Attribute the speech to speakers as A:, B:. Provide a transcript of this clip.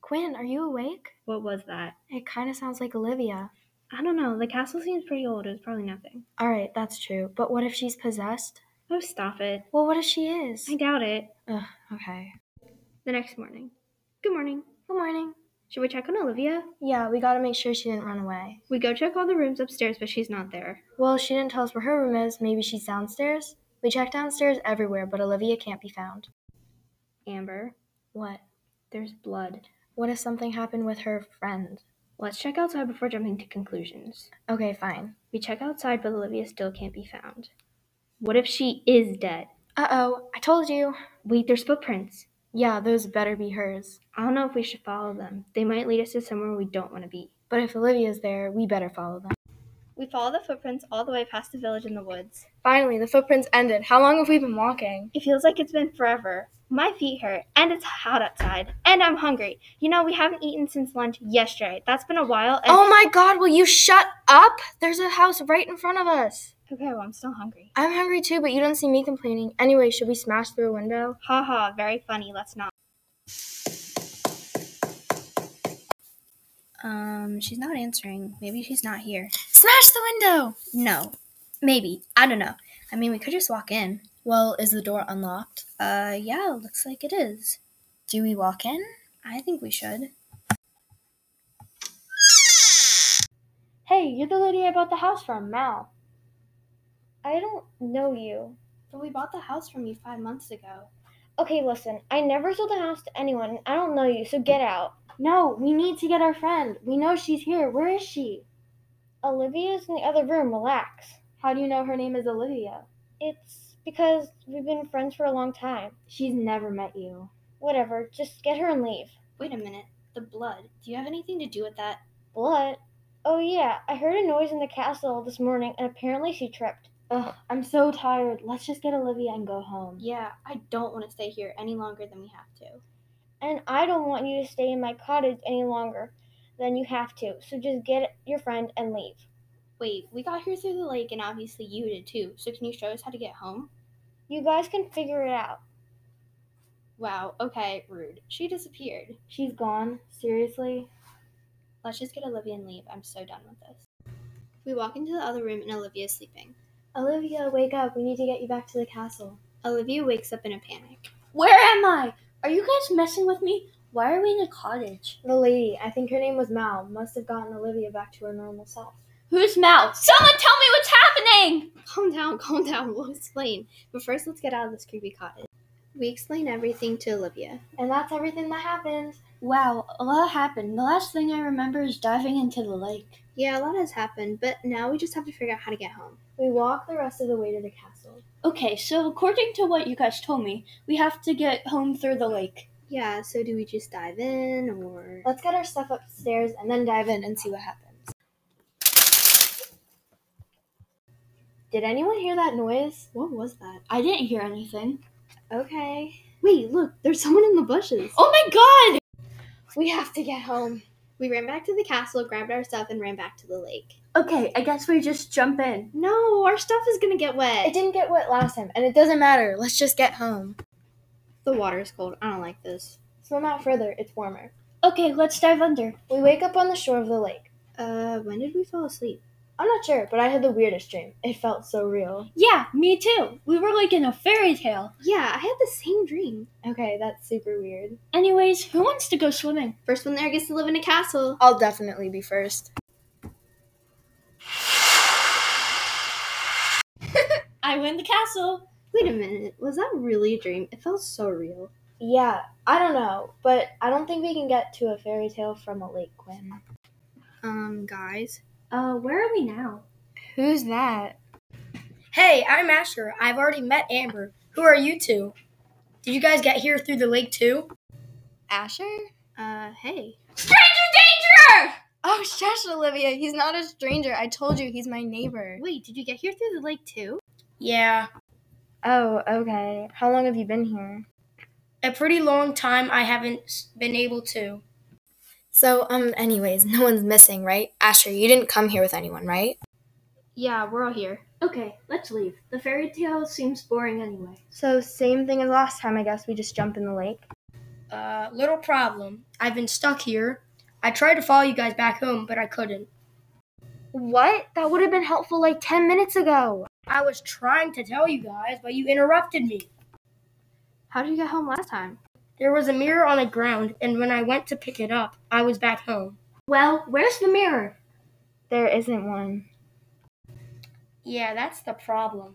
A: Quinn, are you awake?
B: What was that?
A: It kind of sounds like Olivia.
B: I don't know. The castle seems pretty old. It was probably nothing.
A: All right, that's true. But what if she's possessed?
B: Oh, stop it.
A: Well, what if she is?
B: I doubt it.
A: Ugh, okay.
B: The next morning. Good morning.
A: Good morning.
B: Should we check on Olivia?
A: Yeah, we gotta make sure she didn't run away.
B: We go check all the rooms upstairs, but she's not there.
A: Well, she didn't tell us where her room is. Maybe she's downstairs. We checked downstairs everywhere, but Olivia can't be found.
B: Amber,
A: What?
B: there's blood.
A: What if something happened with her friend?
B: Let's check outside before jumping to conclusions.
A: Okay, fine.
B: We check outside, but Olivia still can't be found. What if she is dead?
A: Uh oh, I told you.
B: Wait, there's footprints.
A: Yeah, those better be hers.
B: I don't know if we should follow them. They might lead us to somewhere we don't want to be.
A: But if Olivia's there, we better follow them.
B: We follow the footprints all the way past the village in the woods.
A: Finally, the footprints ended. How long have we been walking?
B: It feels like it's been forever. My feet hurt, and it's hot outside, and I'm hungry. You know, we haven't eaten since lunch yesterday. That's been a while. And-
A: Oh my god, will you shut up? There's a house right in front of us.
B: Okay, well, I'm still hungry.
A: I'm hungry too, but you don't see me complaining. Anyway, should we smash through a window?
B: Ha ha, very funny. Let's not. Um, she's not answering. Maybe she's not here.
A: Smash the window!
B: No. Maybe. I don't know. I mean, we could just walk in.
A: Well, is the door unlocked?
B: Uh, yeah, looks like it is.
A: Do we walk in?
B: I think we should. Hey, you're the lady I bought the house from, Mal.
C: I don't know you.
B: But we bought the house from you five months ago.
C: Okay, listen, I never sold the house to anyone. and I don't know you, so get out.
B: No, we need to get our friend. We know she's here. Where is she?
C: Olivia's in the other room, relax.
B: How do you know her name is Olivia?
C: It's because we've been friends for a long time.
B: She's never met you.
C: Whatever, just get her and leave.
B: Wait a minute. The blood. Do you have anything to do with that?
C: Blood? Oh, yeah, I heard a noise in the castle this morning, and apparently she tripped.
B: Ugh, I'm so tired. Let's just get Olivia and go home.
D: Yeah, I don't want to stay here any longer than we have to.
C: And I don't want you to stay in my cottage any longer than you have to, so just get your friend and leave.
D: Wait, we got here through the lake, and obviously you did too, so can you show us how to get home?
C: You guys can figure it out.
D: Wow, okay, rude. She disappeared.
B: She's gone? Seriously?
D: Let's just get Olivia and leave. I'm so done with this. We walk into the other room, and Olivia's sleeping.
B: Olivia, wake up. We need to get you back to the castle.
D: Olivia wakes up in a panic.
E: Where am I? Are you guys messing with me? Why are we in a cottage?
B: The lady, I think her name was Mal, must have gotten Olivia back to her normal self.
E: Who's Mal? Someone tell me what's happening!
D: Calm down, calm down, we'll explain. But first, let's get out of this creepy cottage. We explain everything to Olivia.
B: And that's everything that happened.
E: Wow, a lot happened. The last thing I remember is diving into the lake.
D: Yeah, a lot has happened, but now we just have to figure out how to get home.
B: We walk the rest of the way to the castle.
E: Okay, so according to what you guys told me, we have to get home through the lake.
D: Yeah, so do we just dive in, or.
B: Let's get our stuff upstairs and then dive in and see what happens. Did anyone hear that noise?
D: What was that?
E: I didn't hear anything.
B: Okay.
D: Wait, look, there's someone in the bushes.
E: Oh my god!
B: We have to get home.
D: We ran back to the castle, grabbed our stuff, and ran back to the lake.
E: Okay, I guess we just jump in.
D: No, our stuff is gonna get
A: It
D: wet.
A: didn't get wet last time, and it doesn't matter. Let's just get home.
D: The water's cold. I don't like this.
A: Swim out further, it's warmer.
E: Okay, let's dive under.
A: We wake up on the shore of the lake.
D: Uh, when did we fall asleep?
A: I'm not sure, but I had the weirdest dream. It felt so real.
E: Yeah, me too. We were like in a fairy tale.
D: Yeah, I had the same dream.
A: Okay, that's super weird.
E: Anyways, who wants to go swimming?
D: First one there gets to live in a castle.
A: I'll definitely be first.
E: I win the castle.
D: Wait a minute, was that really a dream? It felt so real.
A: Yeah, I don't know, but I don't think we can get to a fairy tale from a lake, Quinn.
D: Um, guys.
E: Uh, where are we now?
A: Who's that? Hey, I'm Asher. I've already met Amber. Who are you two? Did you guys get here through the lake too? Asher?
D: Uh, hey.
A: Oh, shush, Olivia. He's not a stranger. I told you he's my neighbor.
D: Wait, did you get here through the lake too?
F: Yeah,
A: Oh, okay. How long have you been here?
F: a pretty long time I haven't s- been able to.
A: So, um, anyways, no one's missing, right? Asher, you didn't come here with anyone, right?
D: Yeah, we're all here.
E: Okay, let's leave. The fairy tale seems boring anyway.
A: So, same thing as last time, I guess. We just jump in the lake.
E: Uh, little problem. I've been stuck here. I tried to follow you guys back home, but I couldn't.
A: What? That would have been helpful like 10 minutes ago.
E: I was trying to tell you guys, but you interrupted me.
B: How did you get home last time?
E: There was a mirror on the ground, and when I went to pick it up, I was back home.
G: Well, where's the mirror?
A: There isn't one.
E: Yeah, that's the problem.